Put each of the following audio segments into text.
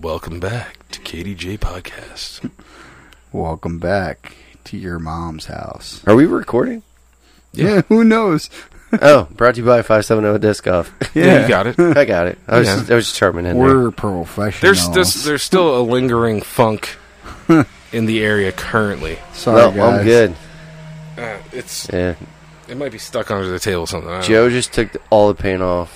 Welcome back to KDJ Podcast. Welcome back to your mom's house. Are we recording? Yeah. Yeah, who knows? Oh, brought to you by 570 Disc Golf. Yeah, you got it. I got it. I was, Yeah. just, I was just chirping in there. We're professionals. There's this, there's still a lingering funk in the area currently. Sorry, well, guys. I'm good. Uh, it's Yeah. it might be stuck under the table or something. I don't Joe just took the, all the paint off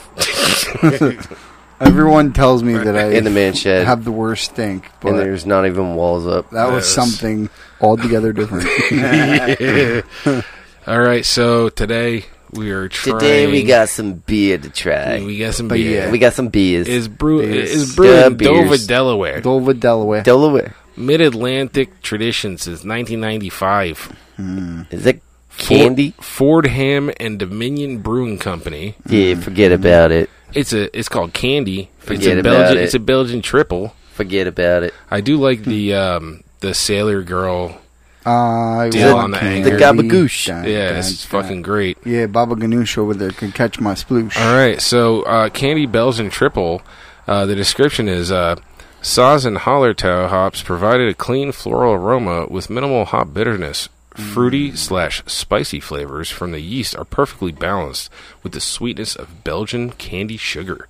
Everyone tells me that I in the man shed, have the worst stink, but and there's not even walls up. that was Yes. something altogether different. know. All right, so today we are trying. Today we got some beer to try. we got some But beer. yeah. We got some beers. is brew Beers. is brewed in Yeah, Dover, beers. Delaware. Dolva, Delaware. Delaware. Mid Atlantic tradition since 1995. Hmm. Is it Ford- candy? Fordham and Dominion Brewing Company. Mm-hmm. Yeah, forget about it. It's a it's called Candy. It's Forget a about Belgian it. Hmm. it's a Belgian triple. Forget about it. I do like the um the sailor girl. uh, I Deal want on the candy. anger. The gabagoosh. Dun, Yeah, dun, it's dun. fucking great. Yeah, Baba Ganoush over there can catch my sploosh. All right, so uh, Candy Belgian triple. Uh, the description is uh, Saz and Hallertau hops provided a clean floral aroma with minimal hop bitterness. Fruity slash spicy flavors from the yeast are perfectly balanced with the sweetness of Belgian candy sugar.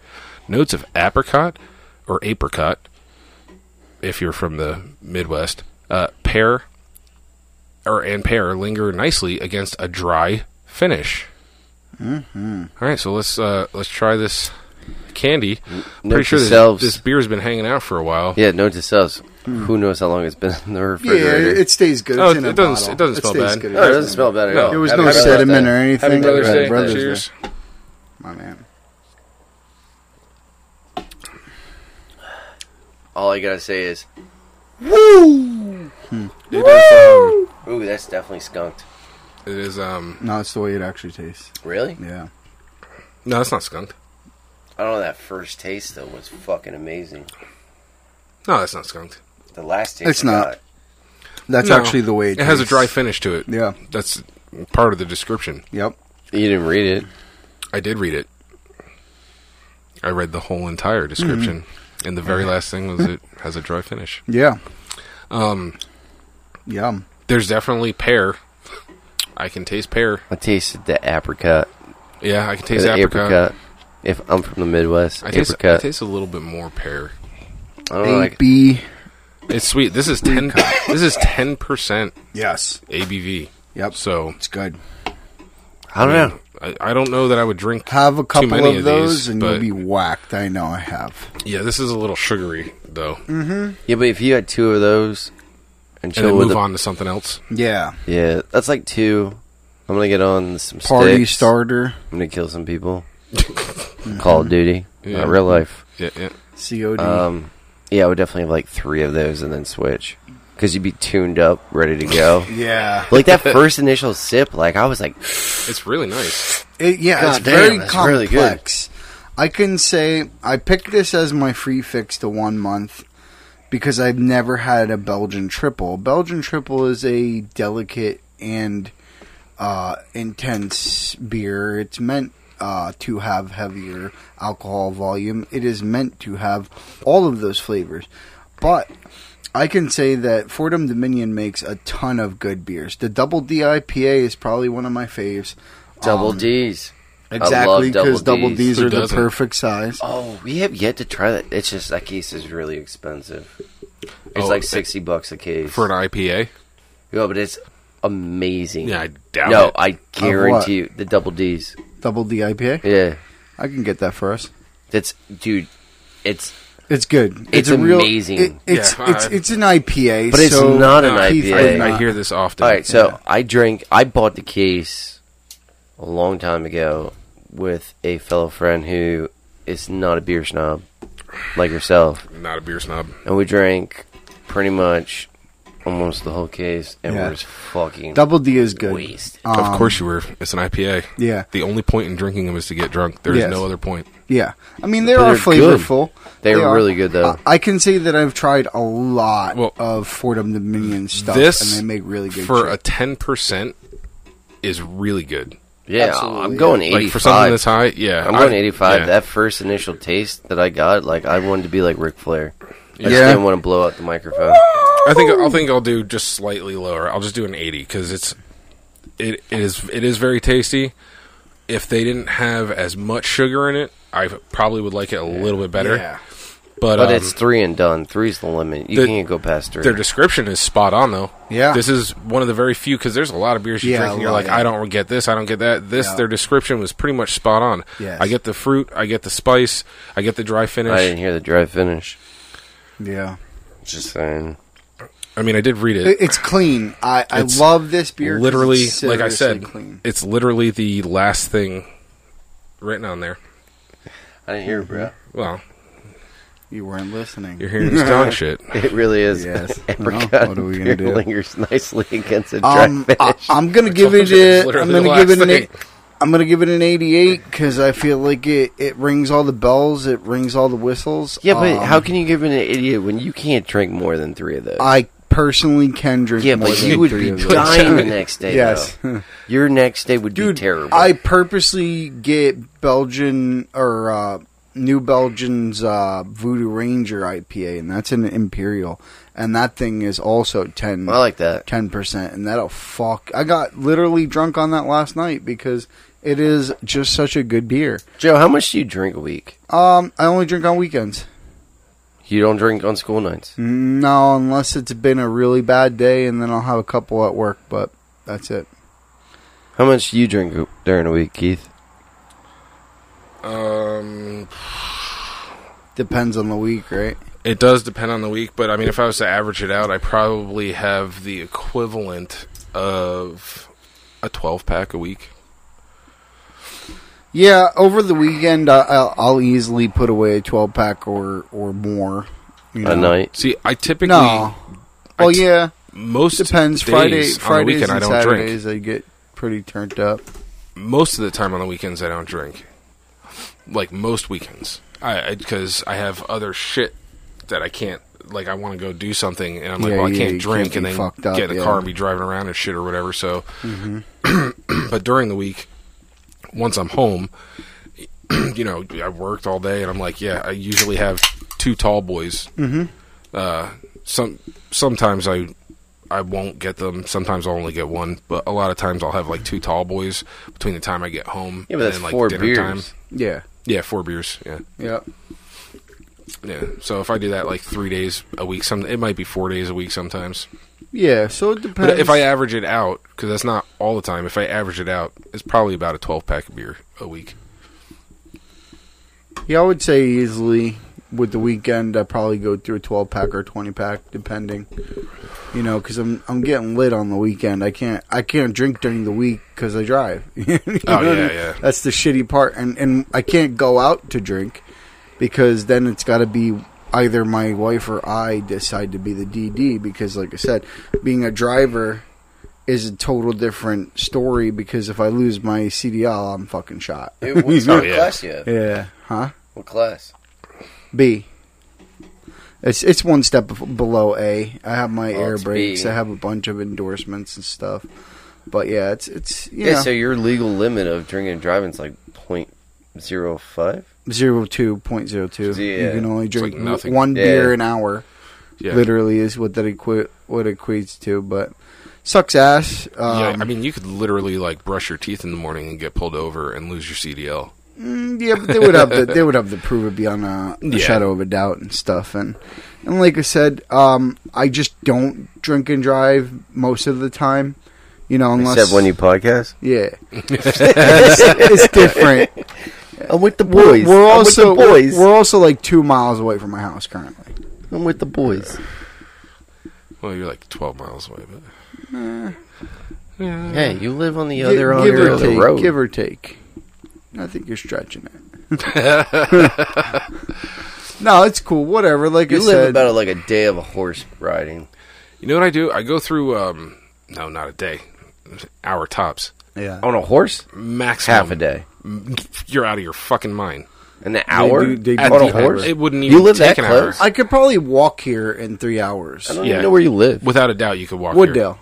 Notes of apricot or apricot, if you're from the Midwest, uh, pear or and pear linger nicely against a dry finish. Mm-hmm. All right, so let's uh, let's try this candy. Pretty Note sure this, yourselves. this beer's been hanging out for a while. Yeah, note to selves. Who knows how long it's been in Hmm. the Yeah, refrigerator? it stays good. Oh, it's in it a doesn't- bottle. it doesn't smell stays bad. good. Oh, it doesn't smell bad at No. all. There was Happy no Brother's sediment Day. or anything. Happy Brother's Right, Day. Brother's Cheers. Day. My man. All I gotta say is, Hmm. It is, um, ooh, that's definitely skunked. it is um No, it's the way it actually tastes. Really? Yeah. no, it's not skunked. I don't know. That first taste though was fucking amazing. No, that's not skunked. The last taste, It's I not. got, That's No. actually the way it, It has a tastes. dry finish to it. Yeah. That's part of the description. Yep. You didn't read it. I did read it. I read the whole entire description, Mm-hmm. and the very last thing was it has a dry finish. Yeah. Um, Yum. there's definitely pear. I can taste pear. I tasted the apricot. Yeah, I can taste the apricot. If I'm from the Midwest, I taste, I Uh, apricot. taste a little bit more pear. I don't A know, like, B. It's sweet. This is ten. this is ten percent Yes. ABV. Yep. So It's good. I don't know. I, I don't know that I would drink. Have a couple many of, of those these, and but- you'll be whacked. I know I have. Yeah, this is a little sugary though, Yeah, but if you had two of those and and chill then with move the- on to something else. Yeah. yeah, that's like two. I'm gonna get on some Party sticks. starter. I'm gonna kill some people. Call of Duty, Yeah. not real life. Yeah, yeah. COD. Um, yeah, I would definitely have like three of those and then switch because you'd be tuned up, ready to go. yeah. like that first initial sip, like I was like, It's really nice. It, yeah, God it's damn, very that's really good. complex. I can say I picked this as my free fix to one month because I've never had a Belgian triple. Belgian triple is a delicate and uh, intense beer. It's meant uh, to have heavier alcohol volume. It is meant to have all of those flavors, but I can say that Fordham Dominion makes a ton of good beers. The Double D IPA is probably one of my faves. double Um, D's. Exactly, I love because double double Ds. D's Who are the doesn't? perfect size. Oh, we have yet to try that. It's just that case is really expensive. It's Oh, like it- sixty bucks a case. For an IPA? yeah, but it's amazing. Yeah, I doubt no, it. I guarantee you the double D's. Double D IPA. Yeah, I can get that for us. that's dude. It's It's good. It's a real, amazing. it- it's Yeah, it's I- it's an IPA, But it's so not an Keith IPA. would I, I not- hear this often. all right. So Yeah. I drank. I bought the case a long time ago with a fellow friend who is not a beer snob like yourself, Not a beer snob. and we drank pretty much almost the whole case, and Yeah. we're just fucking Double D is good. wasted. Um, of course you were. It's an IPA. Yeah, The only point in drinking them is to get drunk. There is Yes. no other point. yeah. I mean, they But are they're good. flavorful. They, They were are. really good though. Uh, I can say that I've tried a lot Well, of Fordham Dominion stuff, this and they make really good for shit. a ten percent is really good. Yeah, Absolutely, I'm going Like 85. for something that's high, yeah. I'm I- going 85. yeah. That first initial taste that I got, like I wanted to be like Ric Flair. I just Yeah. didn't want to blow out the microphone. I think I'll think I'll do just slightly lower. I'll just do an 80 because it's it, it is it is very tasty. If they didn't have as much sugar in it, I probably would like it a little bit better. Yeah. But, But um, it's three and done. Three's the limit. You the- can't go past three. their description is spot on though. Yeah. this is one of the very few because there's a lot of beers you Yeah, drink a and you're lot, like, yeah. I don't get this, I don't get that. This Yeah. their description was pretty much spot on. Yes. I get the fruit, I get the spice, I get the dry finish. I didn't hear the dry finish. Yeah. Just saying. I mean, I did read It- it. It's clean. I, I It's love this beer. 'cause literally, it's like I seriously said, clean. it's literally the last thing written on there. I didn't hear it, bro. Well, You weren't listening. you're hearing this dog shit. It really is. Yes. Apricot No, what are we gonna beer do? lingers nicely against a dry Um, finish. I, I'm gonna give told it. you, it's A, literally I'm the gonna give last it an. thing. Eight, I'm gonna give it an 88 because I feel like it. It rings all the bells. It rings all the whistles. yeah, but Um, how can you give it an idiot when you can't drink more than three of those? I personally can drink. yeah, more but than you would three be of those. dying the next day. Yes. though. your next day would Dude, be terrible. I purposely get Belgian or uh, New Belgian's uh, Voodoo Ranger IPA, and that's an imperial, and that thing is also ten. I like that. ten percent, and that'll fuck. I got literally drunk on that last night because it is just such a good beer. Joe, how much do you drink a week? Um, I only drink on weekends. You don't drink on school nights. No, unless it's been a really bad day, and then I'll have a couple at work. But that's it. How much do you drink during a week, Keith? Um, Depends on the week, right? it does depend on the week, but I mean, if I was to average it out, I probably have the equivalent of a 12 pack a week. Yeah, over the weekend, I, I'll, I'll easily put away a twelve pack or or more. You At night? See, I typically No. I Well, t- yeah, most depends. days Friday, on the Fridays, weekend and I don't drink. Saturdays, I get pretty turned up. Most of the time on the weekends I don't drink. Like most weekends, I because I, have other shit that I can't. Like I want to go do something, and I'm like, Yeah, well, I yeah, can't you drink, can't be and then fucked up, get in the yeah. car and be driving around and shit or whatever. So, Mm-hmm. but during the week, once I'm home, you know, I worked all day, and I'm like, yeah, I usually have two tall boys. Mhm. Uh, some sometimes I I won't get them. Sometimes I'll only get one, but a lot of times I'll have like two tall boys between the time I get home. Yeah, but that's and, like, four dinner beers. Time. Yeah, Yeah, four beers. Yeah, yeah. yeah. So if I do that like three days a week, some it might be four days a week sometimes. Yeah, so it depends. But if I average it out, because that's not all the time. If I average it out, it's probably about a twelve pack of beer a week. yeah, I would say easily with the weekend, I probably go through a twelve pack or twenty pack, depending. You know, because I'm I'm getting lit on the weekend. I can't I can't drink during the week because I drive. You know what I Oh, yeah, mean? yeah. That's the shitty part, and and I can't go out to drink because then it's got to be either my wife or I decide to be the DD because, like I said, being a driver is a total different story because if I lose my CDL, I'm fucking shot. Oh, yeah. class yet? Yeah. Huh? What class? B. It's it's one step bef- below A. I have my Oh, air it's brakes. B. I have a bunch of endorsements and stuff. But yeah, it's it's you Yeah. know so your legal limit of drinking and driving is like point zero five. zero two point zero two. You Yeah. can only like drink nothing. one Yeah. beer an hour. Yeah. Literally is what that equi- what it equates to. But sucks ass. Um, yeah, I mean, you could literally like brush your teeth in the morning and get pulled over and lose your CDL. Mm, yeah, but they would have the, they would have to prove it beyond a, a Yeah. shadow of a doubt and stuff. And and like I said, um, I just don't drink and drive most of the time. You know, unless Except when you podcast. yeah, it's, it's different. I'm with the We're, we're I'm also with the boys. we're also like two miles away from my house currently. I'm with the boys. Well, you're like 12 miles away, but Uh, Hey, you live on the Gi- other give end or of the take, road. give or take. I think you're stretching it. no, it's cool. Whatever. Like you I live said, about like a day of a horse riding. you know what I do? I go through um no, not a day, hour tops, yeah. On a horse? maximum Half a day. You're out of your fucking mind. An hour? do- they on do a that. horse? It wouldn't You even live take that an close? hour. I could probably walk here in three hours. I don't Yeah. even know where you live. Without a doubt, you could walk. here. Wooddale.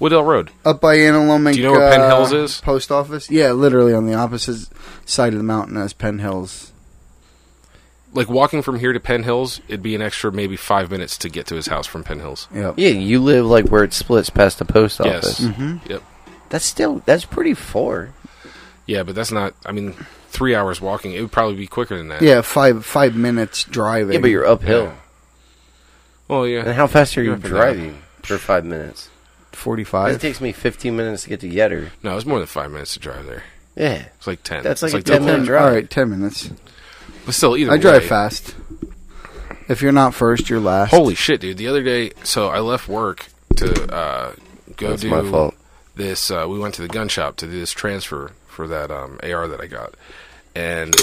Woodell Road. Up by Antelope. Do you know where Penn Hills is? Post office. Yeah, literally on the opposite side of the mountain as Penn Hills. Like walking from here to Penn Hills, it'd be an extra maybe five minutes to get to his house from Penn Hills. Yep. Yeah, you live like where it splits past the post office. Yes. hmm Yep. That's still that's pretty far. Yeah, but that's not. I mean, three hours walking. It would probably be quicker than that. Yeah, five five minutes driving. Yeah, but you're uphill. Yeah. Well, And yeah. how fast are you You're up and driving for five minutes? forty 'Cause five. It takes me 15 minutes to get to Yetter. No, it's more than five minutes to drive there. Yeah, It's like ten. That's like it's a 10 double. minute drive. All right, ten minutes. But still, either I drive way- fast. If you're not first, you're last. Holy shit, dude! The other day, so I left work to uh, go that's do my fault. this uh, we went to the gun shop to do this transfer for that um, AR that I got, and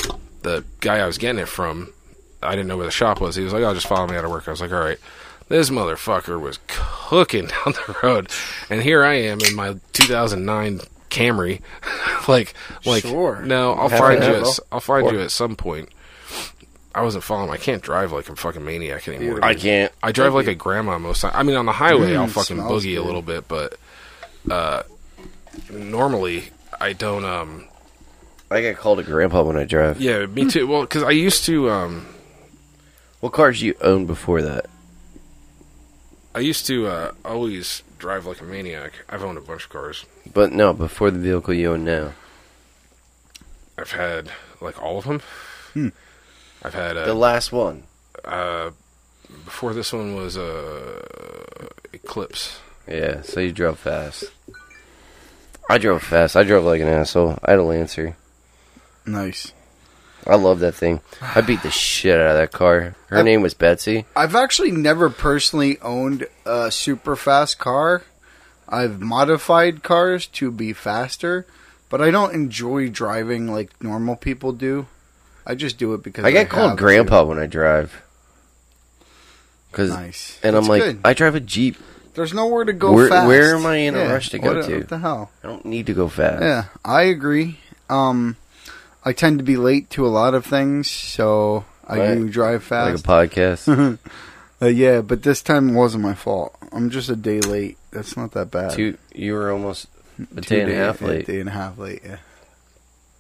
the guy I was getting it from, I didn't know where the shop was. He was like, "I'll just follow me out of work." I was like, "All right." This motherfucker was cooking down the road, and here I am in my 2009 Camry, like, like, Sure. no, I'll Have find an you. At, apple. s- I'll find Or- you at some point. I wasn't following. I can't drive like a fucking maniac anymore. dude. I can't. I drive like a grandma most time. I mean, on the highway, Mm, I'll fucking smells boogie a good. little bit, but uh, normally I don't. Um, I get called a grandpa when I drive. yeah, me too. Well, because I used to, um, What cars you own before that? I used to uh, always drive like a maniac. I've owned a bunch of cars. But no, before the vehicle you own now. I've had like all of them. Hmm. I've had The uh, last one. uh, before this one was uh, Eclipse. Yeah, so you drove fast. I drove fast. I drove like an asshole. I had a Lancer. Nice. I love that thing. I beat the shit out of that car. Her I- name was Betsy. I've actually never personally owned a super fast car. I've modified cars to be faster, but I don't enjoy driving like normal people do. I just do it because I get have called to. grandpa when I drive. Cause Nice. and That's I'm like, good. I drive a Jeep. there's nowhere to go Where- fast. where am I in a rush to go what, to? What the hell? I don't need to go fast. Yeah, I agree. Um, I tend to be late to a lot of things, so I Right. do drive Like a fast. podcast. Uh, yeah, but this time wasn't my fault. I'm just a day late. That's not that bad. Two you were almost a Uh, Two day and a day- half late. day and a half late. Yeah.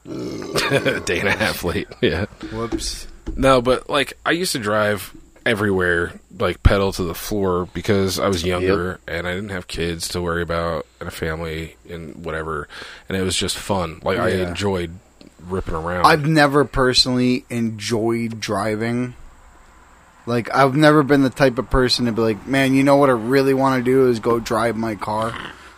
Day and a half late. Yeah. Whoops. No, but like I used to drive everywhere, like pedal to the floor because I was younger and I didn't have kids to worry about and a family and whatever, and it was just fun. Like I Yeah. enjoyed ripping around. I've never personally enjoyed driving. Like I've never been the type of person to be like, man, you know what I really want to do is go drive my car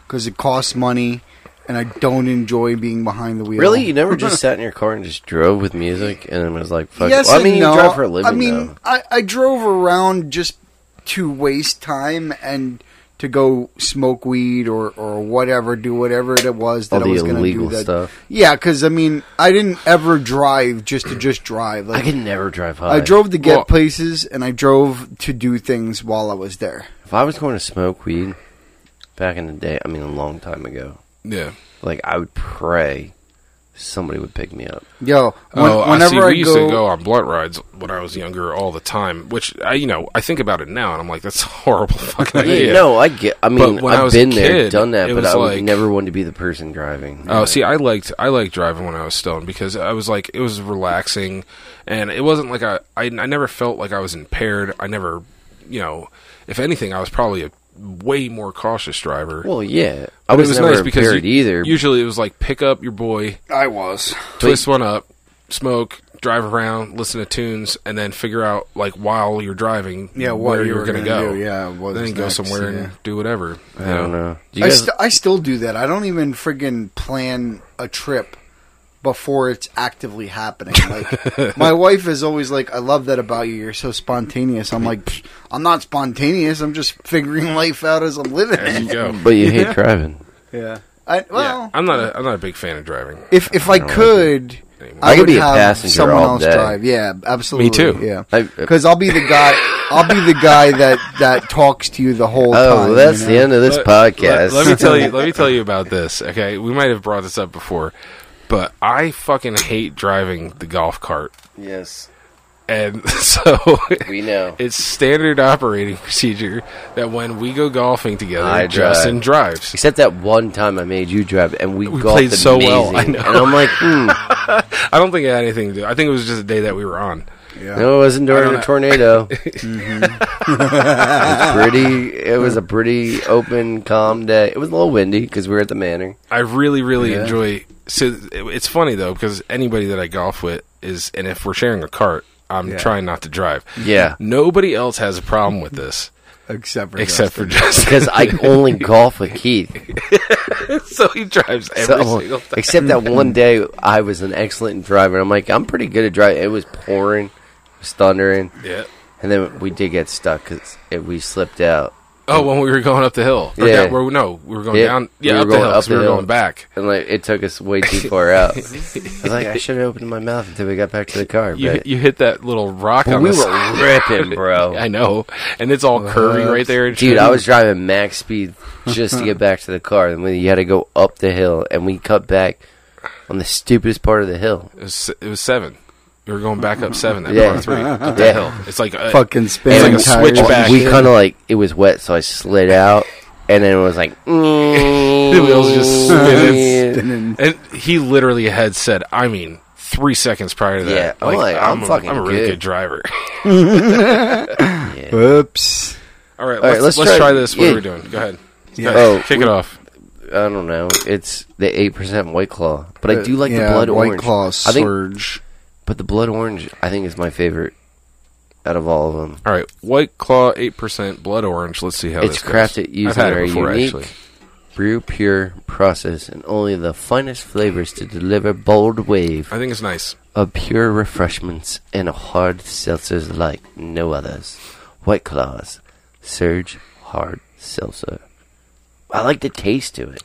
because it costs money, and I don't enjoy being behind the wheel. Really? You never just sat in your car and just drove with music and was like, fuck. Yes, Well, I mean, and you no. drive for a living, I mean, though. I, I drove around just to waste time and to go smoke weed or, or whatever, do whatever it was that All I the was going to do. illegal That. stuff. Yeah, because I mean, I didn't ever drive just to just drive. I Like could never drive high. I drove to get Well- places and I drove to do things while I was there. If I was going to smoke weed back in the day, I mean, a long time ago, yeah. like I would pray somebody would pick me up. Yo, when- Oh, I see. whenever We I, used go, to go on blunt rides when I was younger all the time, which I, you know, I think about it now and I'm like, that's a horrible fucking idea. Yeah, no, I get. I mean, when I I've was been a there, kid, done that, it but was I would like- never want to be the person driving. Oh, see, I liked I liked driving when I was stoned because I was like it was relaxing, and it wasn't like I I, I never felt like I was impaired. I never, you know, if anything, I was probably a way more cautious driver. well, yeah, I it was, was never nice because impaired you- either. Usually, it was like pick up your boy, I was. twist one up, smoke, drive around, listen to tunes, and then figure out like while you're driving, Yeah, what where you you were were gonna gonna go. do, yeah, what then is you go next, somewhere yeah. and do whatever. you I don't know. Do you I, guys, st- I still do that. I don't even friggin' plan a trip before it's actively happening. Like my wife is always like, "I love that about you. You're so spontaneous." I'm like, "Psh, "I'm not spontaneous. I'm just figuring life out as I'm living." There you it." go. but you hate driving. Yeah. I, yeah, well, I'm not a, I'm not a big fan of driving. if if I, don't like could, anymore. I, I could would be a have passenger someone all else day. drive. Yeah, absolutely. Me too. Yeah. I, uh, Because I'll be the guy. I'll be the guy that that talks to you the whole oh, time. well, that's you the know? end of this Let- podcast. Let, let me tell you. Let me tell you about this. Okay, we might have brought this up before, but I fucking hate driving the golf cart. yes, and so We know. it's standard operating procedure that when we go golfing together, I drive. Justin drives. Except that one time I made you drive, and we, We golfed played so well, amazing. I know. And I'm like, hmm, I don't think it had anything to do. I think it was just a day that we were on. Yeah. no, it wasn't don't during know. a tornado. it was pretty. It was a pretty open, calm day. It was a little windy because we were at the Manor. I really, really Yeah. enjoy. So it- it's funny though because anybody that I golf with is, and if we're sharing a cart, I'm Yeah. trying not to drive. Yeah, Nobody else has a problem with this Except for except for Justin. Justin. because I only golf with Keith. so he drives every So- single time. except that one day I was an excellent driver. I'm like, I'm pretty good at driving. It was pouring, it was thundering, Yeah. and then we did get stuck because we slipped out. Oh, when we were going up the hill. Or Yeah. down- well, no, we were going Yeah, down. we Yeah, were up the going hill. up 'cause the we were hill. going back. And like it took us way too far out. I was like, I should have opened my mouth until we got back to the car. But You, you hit that little rock But on we the were side. ripping, bro. I know, and it's all curvy right there. and dude, shit. I was driving max speed just to get back to the car, and we you had to go up the hill, and we cut back on the stupidest part of the hill. It was, it was seven. We were going back up seven. That Yeah. par three up Yeah. the hill. It's like uh, fucking It's spinning like a tires. switchback. We kind of like it was wet, so I slid out, and then it was like the wheels just spinning. Spinning. And he literally had said, I mean, three seconds prior to that. Yeah, I'm like, I'm a- fucking I'm a really good, good. driver. Yeah. Whoops. All right, All let's, right, let's, let's try, try- this. What yeah. are we doing? Go ahead. Yeah. Go ahead. Oh, Kick we- it off. I don't know. It's the eight percent White Claw, but I do like Uh, yeah, the blood White orange. Claw I think- Surge. But the blood orange, I think, is my favorite out of all of them. All right, White Claw, 8% Blood Orange. Let's see how this it's goes. crafted I've using had it our before, unique actually. brew pure process and only the finest flavors to deliver bold wave I think it's nice. of pure refreshments and hard seltzers like no others. White Claws, Surge Hard Seltzer. I like the taste to it.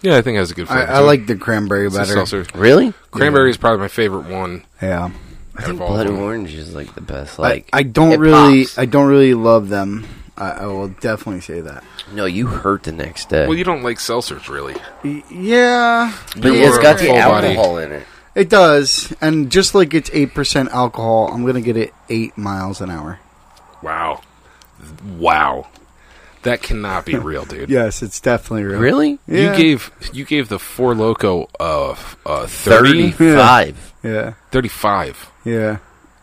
Yeah, I think it has a good I, flavor. I to it. like the cranberry It's a better. seltzer. Really? Cranberry is probably my favorite one. Yeah. I Out think of all blood of them. orange is like the best. Like Like I, don't it really pops. I don't really love them. I, I will definitely say that. no, you hurt the next day. Well, you don't like seltzers, really. Y- Yeah. but you're it's a got the full body. alcohol in it. It does. And just like it's 8% alcohol, I'm going to get it 8 miles an hour. Wow. Wow. That cannot be real, dude. Yes, it's definitely real. Really? Yeah. You gave you gave the four loco of uh, 30, Thirty-five. Yeah. 35, Yeah.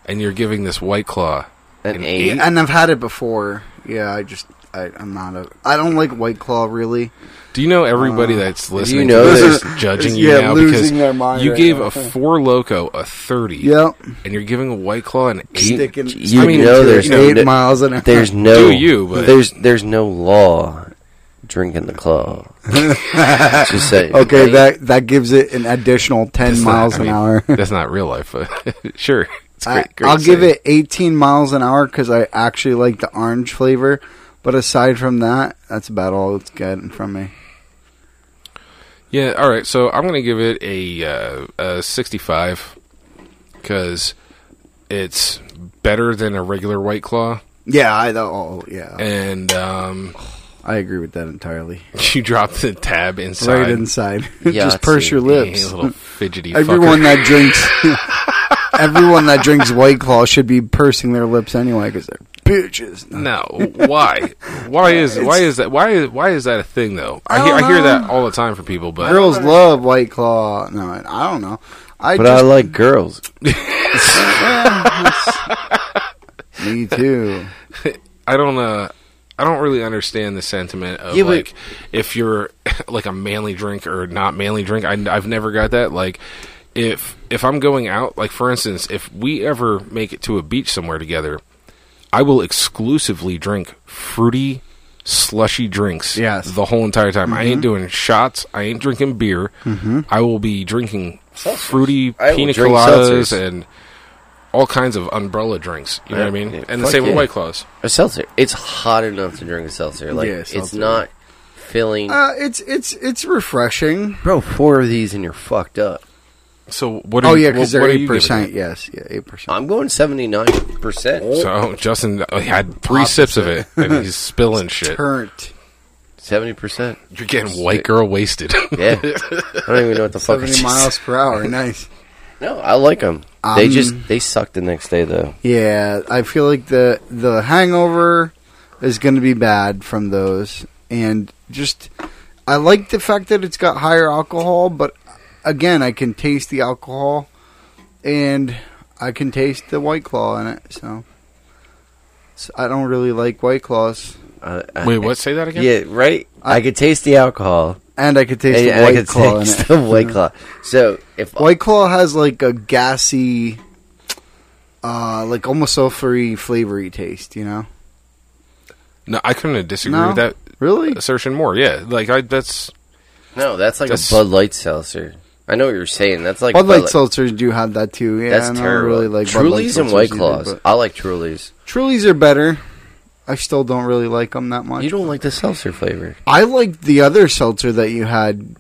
and you're giving this white claw. An An eight. And I've had it before. Yeah, I just I, I'm not a I don't like White Claw really. Do you know everybody Uh, that's listening? you know to this this- is judging is- you yeah, now losing because their mind you right gave now. a four loco a thirty, Yep. and you're giving a white claw an eight. Sticking you I mean, know there's you know, eight no, miles an hour. there's no Do you, but- there's there's no law drinking the claw. Just saying. Okay, that that gives it an additional ten That's not- miles I an mean, hour. that's not real life, but sure. It's I, great, great I'll give saying. it eighteen miles an hour because I actually like the orange flavor. But aside from that, that's about all it's getting from me. Yeah, all right. So I'm going to give it a, uh, a 65 because it's better than a regular White Claw, Yeah, I oh yeah, and um, I agree with that entirely. you dropped the tab inside. Right inside, Yeah, just purse it's your a- You lips. little fidgety Everyone fucker. that drinks, everyone that drinks White Claw should be pursing their lips anyway because they're bitches. No, why? Why is why is that? Why is why is that a thing though? I, I hear, don't I hear know. that all the time from people, but Girls love White Claw. No, I don't know. I But just I like girls. Me too. I don't uh I don't really understand the sentiment of Yeah, but- like if you're like a manly drink or not manly drink. I, have never got that. Like if if I'm going out, like for instance, if we ever make it to a beach somewhere together, I will exclusively drink fruity slushy drinks. Yes. the whole entire time. I Mm-hmm. ain't doing shots. I ain't drinking beer. I will be drinking fruity I will pina drink coladas seltzers. and all kinds of umbrella drinks. You know Yeah, what I mean? yeah, and the fuck same with yeah. white claws. A seltzer. It's hot enough to drink a seltzer. Like Yeah, it's seltzer. not filling. Uh, it's it's it's refreshing. Bro, four of these and you're fucked up. So what? Are Oh you, yeah, because what- they're what are eight you giving percent. it? Ah, Yes, yeah, eight percent. I'm going seventy nine percent. So Justin uh, had three sips of it, and he's spilling shit. Turnt. Seventy percent. You're getting white girl wasted. Yeah. I don't even know what the fuck. I Seventy just- miles per hour. Nice. No, I like them. they I'm- just they suck the next day though. Yeah, I feel like the the hangover is going to be bad from those, and just I like the fact that it's got higher alcohol, but again, I can taste the alcohol, and I can taste the white claw in it. So, so I don't really like white claws, Uh, I- Wait, what? Say that again. Yeah, right. I- I, could taste the alcohol. and I could taste and- the and I white could claw in taste it. the white claw. So if White Claw has like a gassy, uh, like almost sulfury flavory taste. You know, No, I couldn't disagree No? with that really? assertion more. Yeah, like I that's no, that's like That's- a Bud Light seltzer. I know what you're saying. That's like Bud Light seltzers do have that too. Yeah, That's and I don't terrible. really like Bud Light Trulies and seltzers White either, Claws. but- I like Trulies. Trulies are better. I still don't really like them that much. You don't like the seltzer flavor. I liked the other seltzer that you had.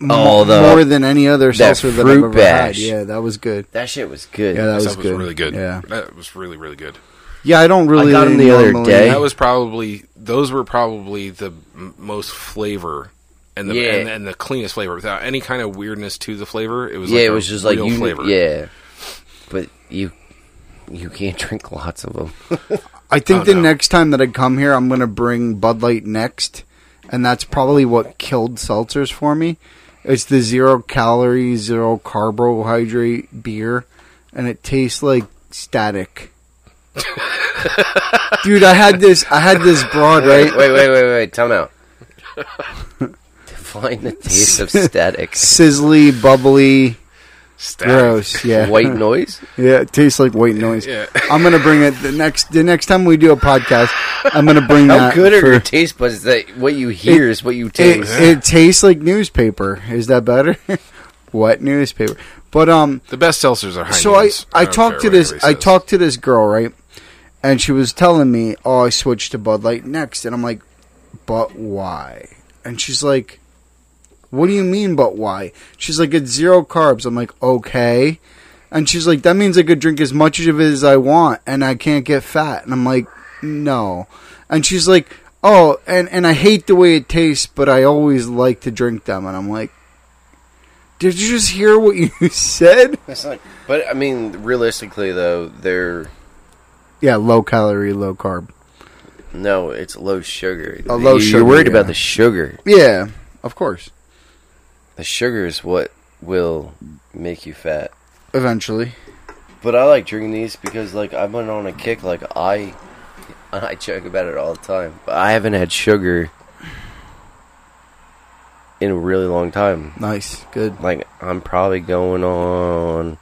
m- Oh, the- more than any other that seltzer that I've fruit ever had. bash. Yeah, that was good. That shit was good. Yeah, that was, that was good. really good. Yeah, that was really really good. yeah. I don't really. got 'em the other normally- day. That was probably those were probably the m- most flavor and the Yeah. and, and the cleanest flavor without any kind of weirdness to the flavor. It was yeah, like it a was just like real you. flavor. Yeah, but you you can't drink lots of them. I think Oh, the no. next time that I come here, I'm going to bring Bud Light next, and that's probably what killed seltzers for me. It's the zero calorie, zero carbohydrate beer, and it tastes like static. Dude, I had this. I had this broad Wait, right wait, wait, wait, wait. Time out. Define the taste of static. sizzly, bubbly, Static. gross. Yeah, White noise. Yeah, it tastes like white noise. Yeah. I'm gonna bring it the next. The next time we do a podcast, I'm gonna bring How that. good are for- your taste buds? That what you hear It- is what you It, taste. it tastes like newspaper. Is that better? what newspaper? But um, The best seltzers are high. so I noons. I don't talked to care what this anybody I says. talked to this girl right, and she was telling me, "Oh, I switched to Bud Light next," and I'm like, "But why?" And she's like, "What do you mean, but why?" She's like, "It's zero carbs." I'm like, "Okay," and she's like, "That means I could drink as much of it as I want, and I can't get fat." And I'm like, "No," and she's like, "Oh, and and I hate the way it tastes, but I always like to drink them," and I'm like. Did you just hear what you said? It's like, but I mean, realistically though, they're Yeah, low calorie, low carb. no, it's low sugar. A low You- sugar, You're worried yeah. about the sugar. Yeah, of course. The sugar is what will make you fat. Eventually. But I like drinking these because like I went on a kick. Like I, I joke about it all the time. But I haven't had sugar in a really long time. Nice. Good. Like I'm probably going on.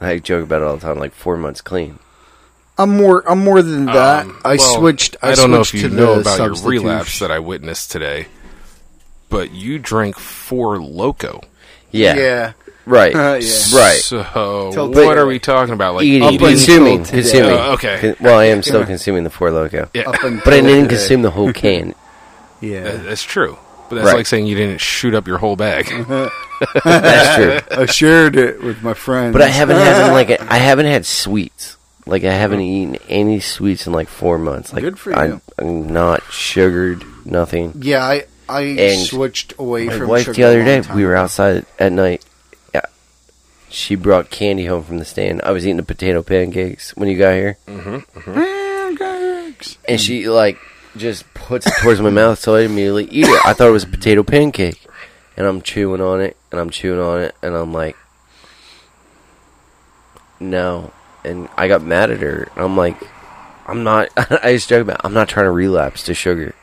I joke about it all the time. Like four months clean. I'm more I'm more than that. Um, I well, switched I, I don't know if switched you to know the about your substitution. relapse that I witnessed today, but you drank four loco. Yeah. yeah. Right. Uh, yeah. Right. So Till what today. are we talking about? Like Eating, up until consuming, today. consuming. Oh, okay. Con- well, I am still consuming the four loco, oh, Yeah, Up until but I didn't today. consume the whole can. that- Yeah. that's true. But that's Right. like saying you didn't shoot up your whole bag. Uh-huh. That's true. I shared it with my friends. But I haven't had like I haven't had sweets. Like I haven't eaten any sweets in like four months. Like Good for I, you. I'm not sugared, nothing. Yeah, I I And switched away My from wife sugar the a other long day, time we were ago. outside at night. Yeah, she brought candy home from the stand. I was eating the potato pancakes when you got here, Pancakes. and she like just puts it towards my mouth, so I immediately eat it. I thought it was a potato pancake, and I'm chewing on it, and I'm chewing on it, and I'm like, no. And I got mad at her. I'm like, I'm not. I just joke about. I'm not trying to relapse to sugar.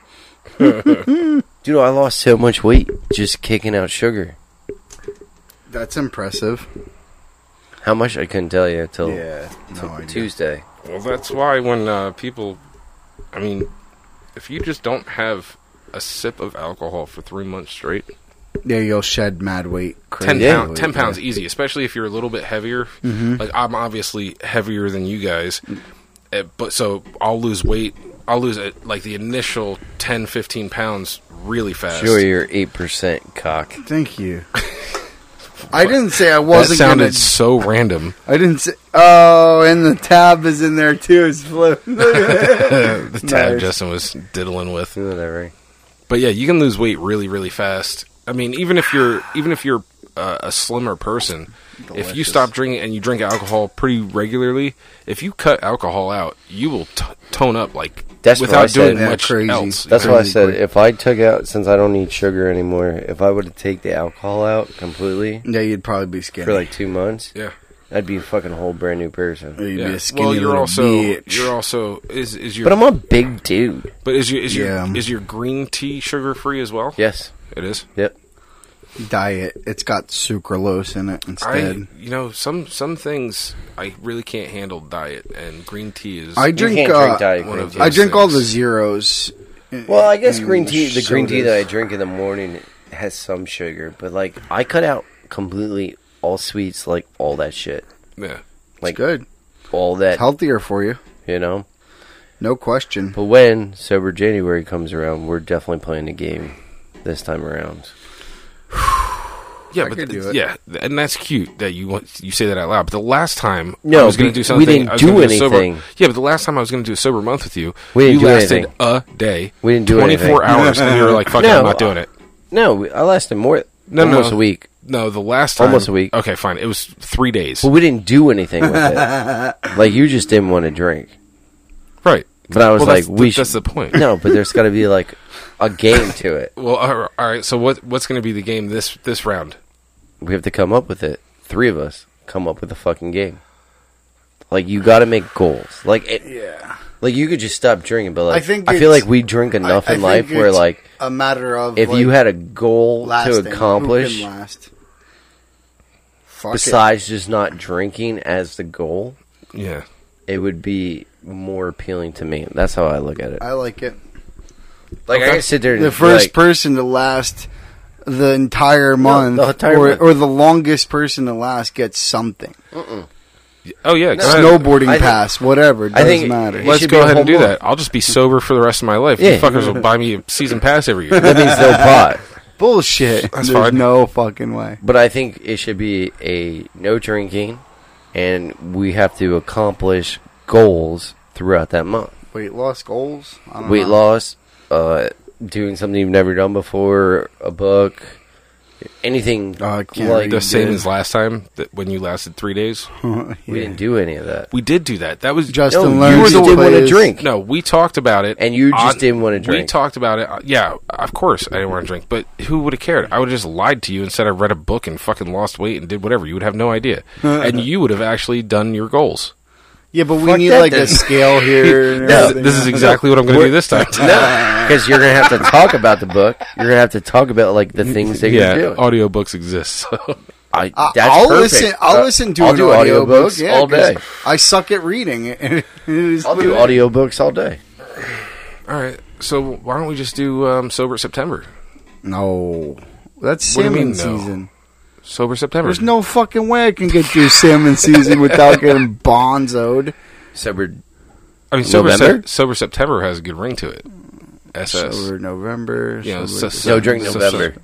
Dude, I lost so much weight just kicking out sugar. That's impressive. How much I couldn't tell you till yeah. No idea. Tuesday. Well, that's why when uh, people, I mean, if you just don't have a sip of alcohol for three months straight, Yeah, you'll shed mad weight. ten Crazy Yeah. pound- ten pounds easy, especially if you're a little bit heavier. Like I'm obviously heavier than you guys, eh, but so I'll lose weight. I'll lose eh, like the initial 10, 15 pounds really fast. Sure, you're eight percent cock. Thank you. I didn't say I wasn't that gonna sounded so random. I didn't say. Oh, and the tab is in there too. It's flipped. the tab Nice. Justin was diddling with. Whatever. But yeah, you can lose weight really, really fast. I mean, even if you're even if you're a, a slimmer person. If you Delicious. stop drinking and you drink alcohol pretty regularly, if you cut alcohol out, you will t- tone up like That's what I without said. doing Yeah, much crazy. else. That's you why I know? Crazy said quick. if I took out since I don't eat sugar anymore, if I would have take the alcohol out completely Yeah, you'd probably be skinny. for like two months, Yeah. I'd be a fucking whole brand new person. you'd Yeah. be a skinny Well, you're little also bitch. you're also is is your But I'm a big dude. but is your is your Yeah. is your green tea sugar free as well? Yes. it is. Yep. diet. It's got sucralose in it instead. I you know some some things I really can't handle diet and green tea is I, You drink. can't uh, drink diet one green of tea. I drink all the things. zeros. Well, I guess and green tea, the green tea Mm, sodas. that I drink in the morning has some sugar, but like I cut out completely all sweets, like all that shit, yeah. like it's good. all that, It's healthier for you, you know. no question. But when sober January comes around, we're definitely playing the game this time around. Yeah, I but could th- do it. yeah, th- and that's cute that you want you say that out loud. But the last time I No, was going we- to do we something, didn't I was do gonna a sober- anything. yeah, but the last time I was going to do a sober month with you, We didn't you do lasted anything. a day. We didn't do twenty four anything. hours, and we were like, "Fuck, it, No, I'm not doing it." No, I lasted more, No, no. almost a week. No, the last time Almost a week. Okay, fine. It was three days. But we didn't do anything with it. like you just didn't want to drink. right. But I was Well, like, that's, we th- that's should. the point. No, but there's got to be like a game to it. Well, all right, all right. So what what's going to be the game this this round? We have to come up with it. Three of us come up with a fucking game. Like you got to make goals. Like it, Yeah, like you could just stop drinking, but like I think I feel it's- like we drink enough I- I in think life where it's like a matter of if like, you had a goal lasting, to who accomplish can last. Fuck it. besides just not drinking as the goal, Yeah. it would be more appealing to me. That's how I look at it. I like it. Like I Okay. could sit there and The be first like, person to last the entire month, the entire or, month. or the longest person to last gets something. Oh yeah. go ahead. Snowboarding I think- pass, whatever. I Doesn't think- matter. It Let's should go be a ahead and whole do that. I'll just be sober for the rest of my life. Yeah. You fuckers will buy me a season pass every year. that means no pot. Bullshit. That's There's fine. no fucking way. But I think it should be a no drinking, and we have to accomplish goals throughout that month. Weight loss goals. I don't Weight know. loss, uh, doing something you've never done before, a book, anything. Oh, I can't like read. The You same did. as last time that when you lasted three days. we didn't do any of that. We did do that. That was Justin No, you learns. just to didn't wanna play- drink. No, we talked about it, And you just on- didn't wanna We drink. talked about it. uh, Yeah, of course I didn't want to drink, but who would have cared? I would have just lied to you and said I read a book and fucking lost weight and did whatever. You would have no idea, Uh, and you would have actually done your goals. Yeah, but we Fuck need that like then. a scale here. and This- everything. this is exactly what I'm going to do this time. No, because you're gonna have to talk about the book. You're gonna have to talk about like the things that yeah, Uh, you're doing. audiobooks exist. So. I, I- that's I'll perfect. listen. I'll Uh, listen to I'll an do audiobook. audiobooks Yeah, all 'cause day. I suck at reading. It is I'll do what it is. audiobooks all day. All right, so why don't we just do um, sober September? No, that's What do you salmon mean, no? season. Sober September. There's no fucking way I can get through salmon season without getting bonzoed. Sober I mean, sober, November? Sep- sober September has a good ring to it. SS. Sober November. You know, so- sober so- no drink so- so- November.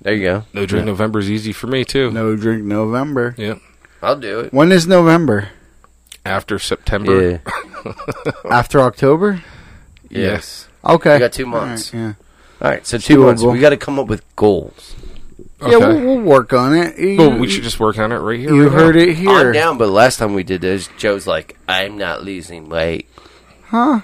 There you go. No drink November is easy for me too. no drink November. Yeah. I'll do it. When is November? After September. Yeah. After October? Yes. Okay. We got two months. All right, All right. So two months. doable. We got to come up with goals. yeah, yeah we'll, we'll work on it. You, Well, we should just work on it right here. you right heard now. it here. I'm down, but last time we did this, Joe's like, "I'm not losing weight." Huh?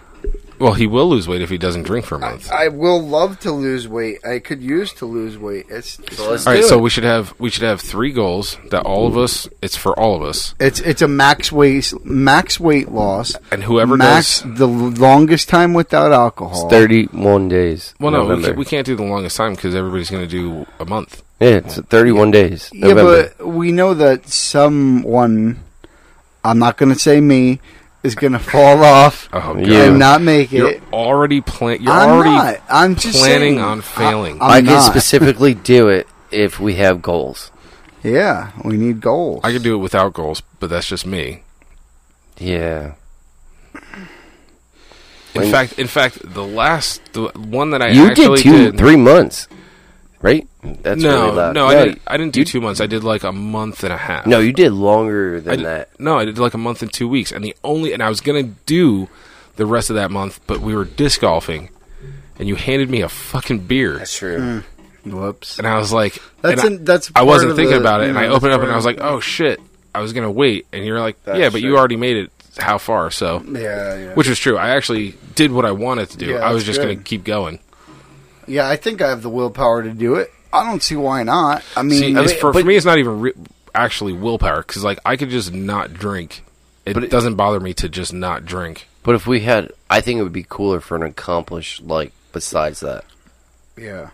Well, he will lose weight if he doesn't drink for a month. I will love to lose weight. I could use to lose weight. It's it's, So let's all do right, so it. we should have we should have three goals that all of us. It's for all of us, it's it's a max weight max weight loss. and whoever max does. the l- longest time without alcohol. Thirty-one days. Well, no, we, November. can, we can't do the longest time because everybody's going to do a month. yeah, it's thirty-one days. Yeah, but we know that someone, I'm not going to say me, is going to fall off Oh god, You. Yeah. and not make you're it. already plan. You're I'm already not. I'm just planning saying. on failing. I- I'm I can not. specifically do it if we have goals. yeah, we need goals. I could do it without goals, but that's just me. Yeah. In Wait. fact, in fact, the last the one that I you did actually two, did three months, right? That's no, really loud. no, I didn't. I didn't do you- two months. I did like a month and a half. No, you did longer I than did- that. No, I did like a month and two weeks, and the only and I was gonna do the rest of that month, but we were disc golfing, and you handed me a fucking beer, true. Whoops. and I was like, That's and an, I, that's. I part wasn't of thinking the- about it, you and know, I that's opened up part and I was of- like, oh shit, I was gonna wait, and you're like, That's yeah, but you true. already made it how far? So, yeah, yeah. which was true. I actually did what I wanted to do. Yeah, I was that's just gonna good. keep going. yeah, I think I have the willpower to do it. I don't see why not. I mean, See, it's- mean, for, for but- me, it's not even re- actually willpower because like I could just not drink. It, But it- doesn't bother me to just not drink. But if we had, I think it would be cooler for an accomplished like besides that. yeah,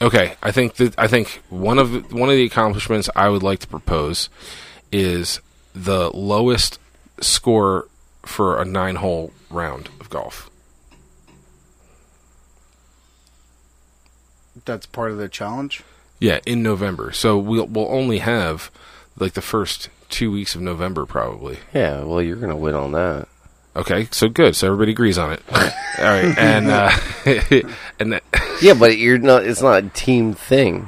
Okay, I think that I think one of the- one of the accomplishments I would like to propose is the lowest score for a nine hole round of golf. that's part of the challenge. Yeah, in November. So we'll we'll only have like the first two weeks of November probably. Yeah, well, you're gonna win on that. Okay, so good. So everybody agrees on it. All right, and uh, and that, Yeah, but you're not. It's not a team thing.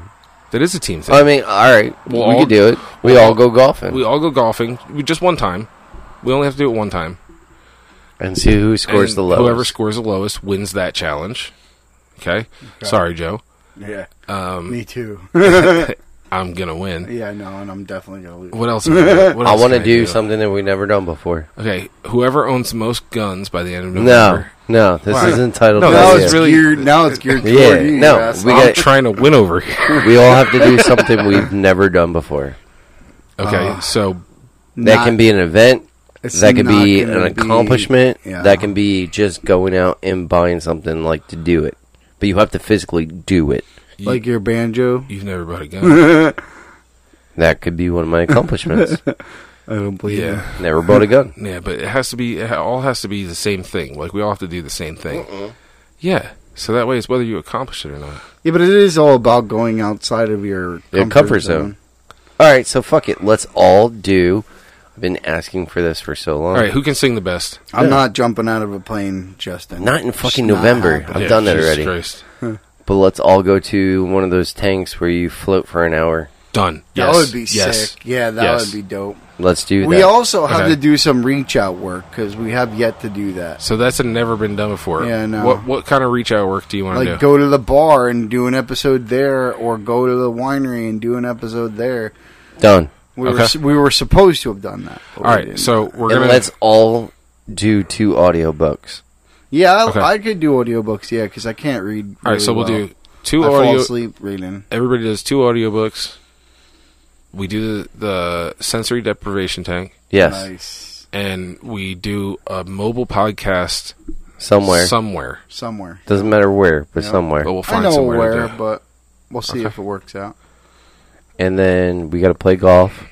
that is a team thing. I mean, all right, We'll we all- could do it. We we'll- all go golfing we all go golfing we, just one time. We only have to do it one time. and see who scores And the lowest. Whoever scores the lowest wins that challenge. Okay. Okay. Sorry, Joe. Yeah, Um, me too. I'm gonna win. yeah, no, and I'm definitely gonna lose. What else? am I gonna- what I else want to can do, something that we've never done before. Okay, whoever owns the most guns by the end of No, November. no, this Why? is entitled. No, to that now was this. it's really- geared. Now it's geared. Yeah, toward you, no, you asshole. We We I'm got- trying to win over here. we all have to do something we've never done before. Okay, Uh, so That Not- can be an event. it's that could not be an gonna be- accomplishment. yeah. That can be just going out and buying something like to do it. But you have to physically do it. you, like your banjo. you've never bought a gun. That could be one of my accomplishments. I don't believe you. yeah, Never bought a gun. yeah, but it has to be. It all has to be the same thing. Like we all have to do the same thing. Yeah, so that way it's whether you accomplish it or not. Yeah, but it is all about going outside of your comfort, Your comfort zone. All right, so fuck it. Let's all do. I've been asking for this for so long. All right, who can sing the best? I'm Yeah. not jumping out of a plane, Justin. Not in fucking It's not November. happening. I've Yeah, done that Jesus already. Christ. But let's all go to one of those tanks where you float for an hour. Done. That Yes, would be yes. sick. Yeah, that Yes. would be dope. Let's do We that. also have Okay. to do some reach out work because we have yet to do that. So that's a never been done before. Yeah, I know. What what kind of reach out work do you want to Like do? go to the bar and do an episode there, or go to the winery and do an episode there. done. We Okay. were su- we were supposed to have done that. but we all right, didn't. so we're and gonna let's all do two audiobooks. yeah, I, Okay. I could do audiobooks. Yeah, because I can't read. all right. really So we'll well. do two I fall audio. asleep reading. Everybody does two audiobooks. We do the, the sensory deprivation tank. Yes, Nice. and we do a mobile podcast somewhere somewhere. Somewhere. doesn't matter where, but Yeah. somewhere. But we'll I find know somewhere. where, to do. it. but we'll see Okay. if it works out. And then we got to play golf.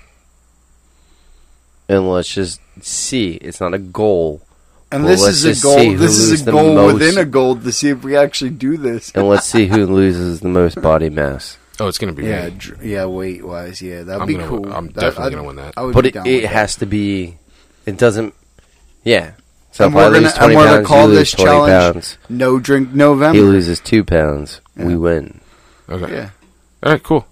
And let's just see. It's not a goal. And Well, this let's is a just goal. see who This is loses a the goal most. within a goal to see if we actually do this. And let's see who loses the most body mass. Oh, it's gonna be Yeah, me. dr- yeah, weight wise, yeah, that'd I'm be gonna, cool. I'm That- definitely I'd- gonna win that. I would But be it, down it with that. has to be. It doesn't. Yeah. So And if I we're gonna- lose and 20 we're gonna pounds, call you lose this 20 challenge pounds. no drink He November. loses two pounds. We Yeah. win. Okay. Yeah, All right. Cool.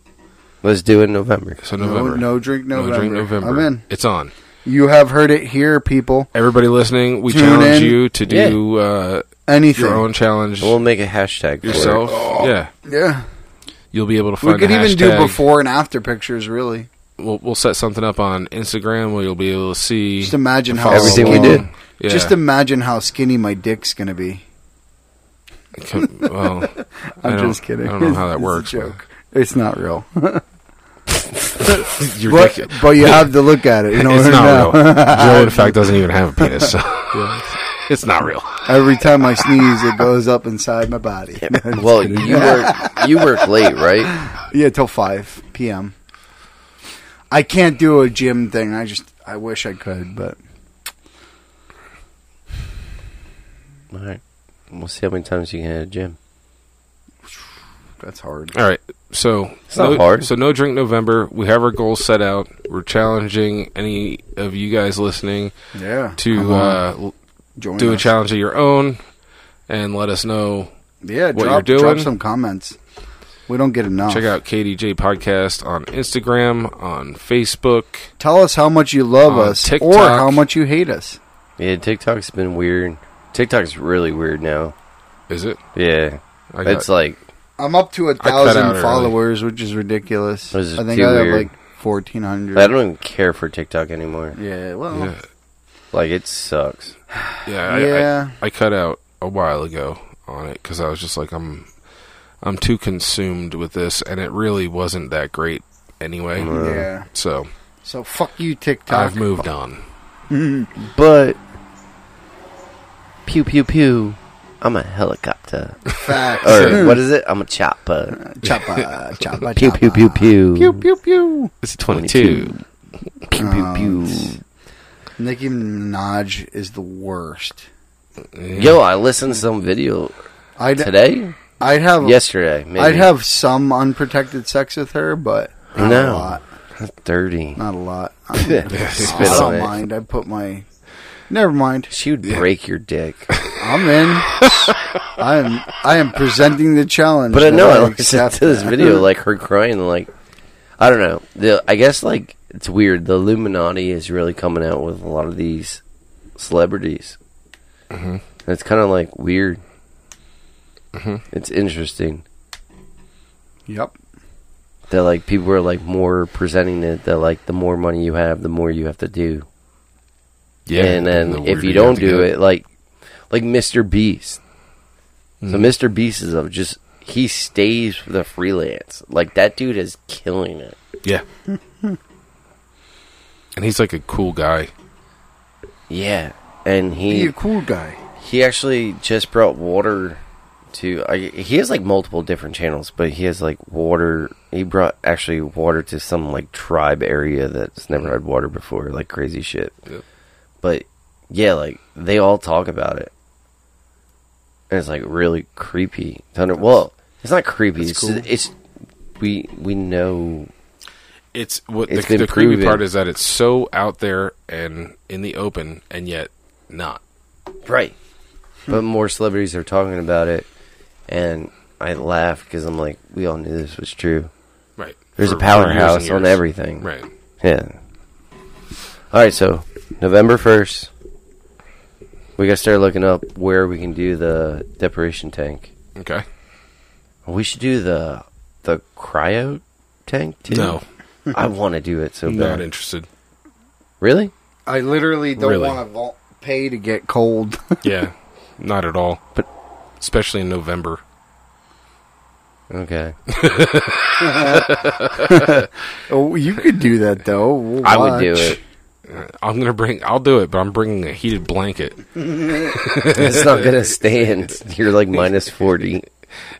Let's do it in November. So no, November. no drink No November. drink November. I'm in. It's on. You have heard it here, people. Everybody listening, we Tune challenge in. you to do uh, Anything? your own challenge And we'll make a hashtag for it. yourself. Yeah, Yeah, you'll be able to find. we could a even do hashtag. before and after pictures. Really, We'll, we'll set something up on Instagram where you'll be able to see just imagine how follow Everything we skinny, along. did. Yeah. Just imagine how skinny my dick's gonna be. Com- well, I I'm don't- just kidding. I don't know how that It's a works. joke. It's not real. but- You're But, ridiculous. but you have to look at it. You know it's what I not mean? real. Joe, in fact, doesn't even have a penis. So. It's not real. Every time I sneeze, it goes up inside my body. Well, you work, you work late, right? yeah, till five p.m. I can't do a gym thing. I just I wish I could, but All right. We'll see how many times you can hit a gym. that's hard. All right. So It's not no, hard. So no drink November. We have our goals set out. We're challenging any of you guys listening Yeah, to uh, l- join do a us. challenge of your own and let us know. Yeah, what drop, you're drop doing. some comments. We don't get Oh. enough. Check out KDJ Podcast on Instagram, on Facebook. Tell us how much you love On us TikTok. or how much you hate us. Yeah, TikTok's been weird. TikTok's really weird now. Is it? Yeah. I it's uh, like I'm up to a cut out thousand early. followers, which is ridiculous. This is I think too I have weird. like fourteen hundred. I don't even care for TikTok anymore. Yeah, well, Yeah, yeah, Like it sucks. yeah. I, I, I cut out a while ago on it because I was just like, I'm, I'm too consumed with this, and it really wasn't that great anyway. Mm. yeah. So So fuck you, TikTok. I've moved on. Mhm. But pew pew pew. I'm a helicopter. Facts. or what is it? I'm a chopper. Choppa, choppa, Pew pew pew pew. pew, pew, pew. It's 22. 22. pew pew. Oh, pew. it's- Nicki Minaj is the worst. Um, Yeah. Yo, I listened to some video I'd today, I'd have yesterday. Maybe. I'd have some unprotected sex with her, but not No. a lot. dirty. Not a lot. I don't, Spit I on don't it. mind. I put my. Never mind. She would break your dick. I'm in. I am. I am presenting the challenge. But I know I that listened accept to this that. video, like her crying, like I don't know. The, I guess like it's weird. The Illuminati is really coming out with a lot of these celebrities. Mhm. And It's kind of like weird. Mhm. It's interesting Yep. that like people are like more presenting it that like the more money you have, the more you have to do. Yeah, and then the if weirder you don't have to do get. it, like like Mr. Beast. So Mhm. Mr. Beast is of just he stays with the freelance. Like that dude is killing it. yeah. and he's like a cool guy. Yeah, and Be he a cool guy. he actually just brought water to. I, he has like multiple different channels, but he has like water. He brought actually water to some like tribe area that's Mm. never had water before, like crazy shit. Yep. But yeah, like they all talk about it, and it's like really creepy. Thunder. Well, it's not creepy. It's That's cool. it's we we know It's what It's the, been the creepy proven. part is that it's so out there and in the open, and yet not. Right. Hmm. But more celebrities are talking about it, and I laugh because I'm like, we all knew this was true. Right. There's For- a for years and powerhouse on years. everything. Right. Yeah. All right, so November 1st, we got to start looking up where we can do the depression tank. Okay. We should do the the cryo tank too. No, I want to do it so I'm bad. not interested. Really? I literally don't Really? want to vol- pay to get cold. Yeah, not at all. But- especially in November. Okay. oh, you could do that though. We'll I would do watch. it. I'm gonna bring. I'll do it, but I'm bringing a heated blanket. It's not gonna stand. You're like minus forty.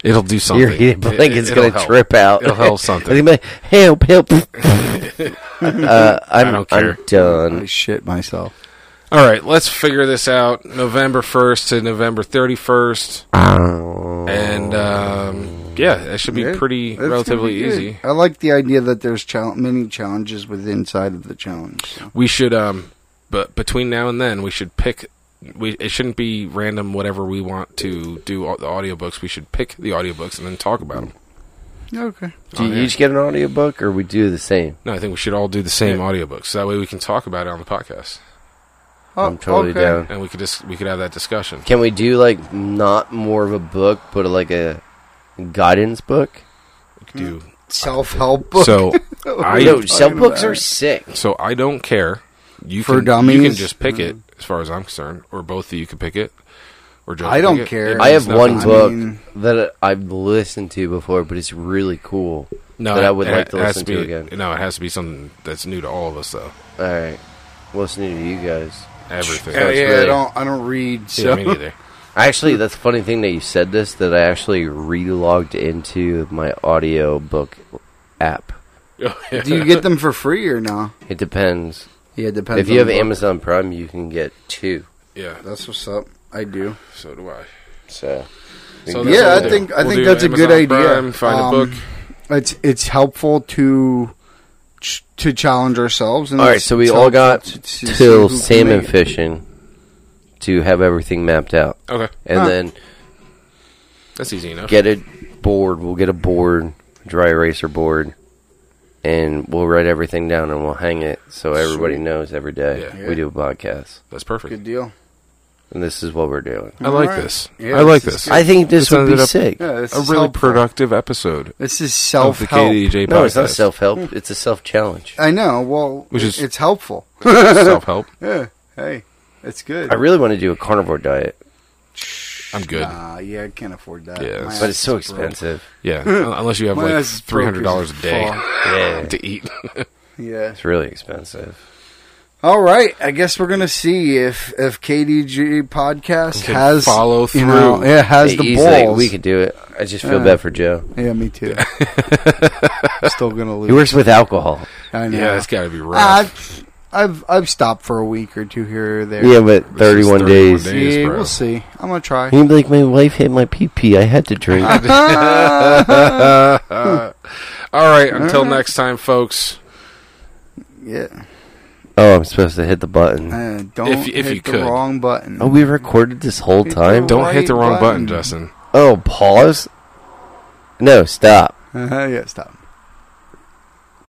It'll do something. Your heated It- blanket's it- gonna it'll help. trip out. It'll help Like, something. he'd be like, help, help. uh, I'm, I don't care. am done. I shit myself. All right, let's figure this out. November first to November thirty first, Oh. and uh, um, yeah, that should be Yeah, pretty that's relatively gonna be good. easy. I like the idea that there's chal- many challenges within side of the challenge. We should, um, but between now and then, we should pick. We it shouldn't be random. Whatever we want to do au- the audiobooks, we should pick the audiobooks and then talk about them. Okay. do you yeah. each get an audiobook or we do the same? No, I think we should all do the same audiobooks. That way, we can talk about it on the podcast, Oh, Oh, I'm totally down. and we could just we could have that discussion. Can we do like not more of a book, but like a guidance book? We could do Self help book. so. I no, Talking some books about are it. sick. So I don't care. You For can, You can dummies? Mm-hmm. just pick it, as far as I'm concerned, or both of you can pick it, or Joe. I can don't pick it. care. It I means have one nothing. I book mean- that I've listened to before, but it's really cool. no, that I would it- like to it has listen be, to again. No, it has to be something that's new to all of us, though. All right, listening to you guys. Everything. yeah, That's yeah, I really- don't I don't read so Yeah, me neither. Actually, that's a funny thing that you said this that I actually re-logged into my audiobook app. Do you get them for free or no? It depends. Yeah, it depends. if you on have the book. Amazon Prime, you can get two. yeah, that's what's up. I do. so do I. So, So that's what Yeah, I we'll do. think- I We'll think do that's a good Amazon idea. Prime, find Um, a book. It's it's helpful to ch- to challenge ourselves. And all right. it's- So we it's all got helpful to- to see who till can salmon make it. fishing to have everything mapped out, Okay, and Huh. then that's easy enough. get a board. We'll get a board, dry eraser board, and we'll write everything down and we'll hang it so everybody Sweet. knows every day Yeah. we do a podcast. that's perfect. Good deal. and this is what we're doing. I like Alright. this. Yeah, I like this this. is I think this This would be ended up- sick. Yeah, this a is really helpful. productive episode This is of self the help. KDJ podcast. Hmm. No, it's not self help. It's a self challenge. I know. Well, Which it- is- it's helpful. self help. Yeah. Hey, it's good. I really want to do a carnivore diet, I'm good. Nah, yeah, I can't afford that. Yeah, My it's- but ass it's so is broke. expensive. Yeah, un- unless you have My like ass is three Hmm. broke hundred dollars a as day fuck. Yeah, to eat. Yeah. it's really expensive. All right. I guess we're gonna see if if KDG podcast Can has follow you know, through. yeah, has Hey, the easily, balls. we could do it. I just feel Yeah. bad for Joe. Yeah, me too. Still gonna He lose. works with alcohol. I know. Ah, Yeah, it's got to be rough. I've, I've I've stopped for a week or two here or there. Yeah, but This is 31 days. 31 days, Yeah, bro. we'll see. I'm gonna try. He'd be like, my wife hit my pee pee. I had to drink. Uh, All right, until uh-huh. next time, folks. yeah. oh, I'm supposed to hit the button. Uh, don't If- if hit you the could. wrong button. Oh, we recorded this whole Hit the time? Don't hit the Right wrong button, button. Justin. Oh, pause? No, stop. Uh, yeah, stop.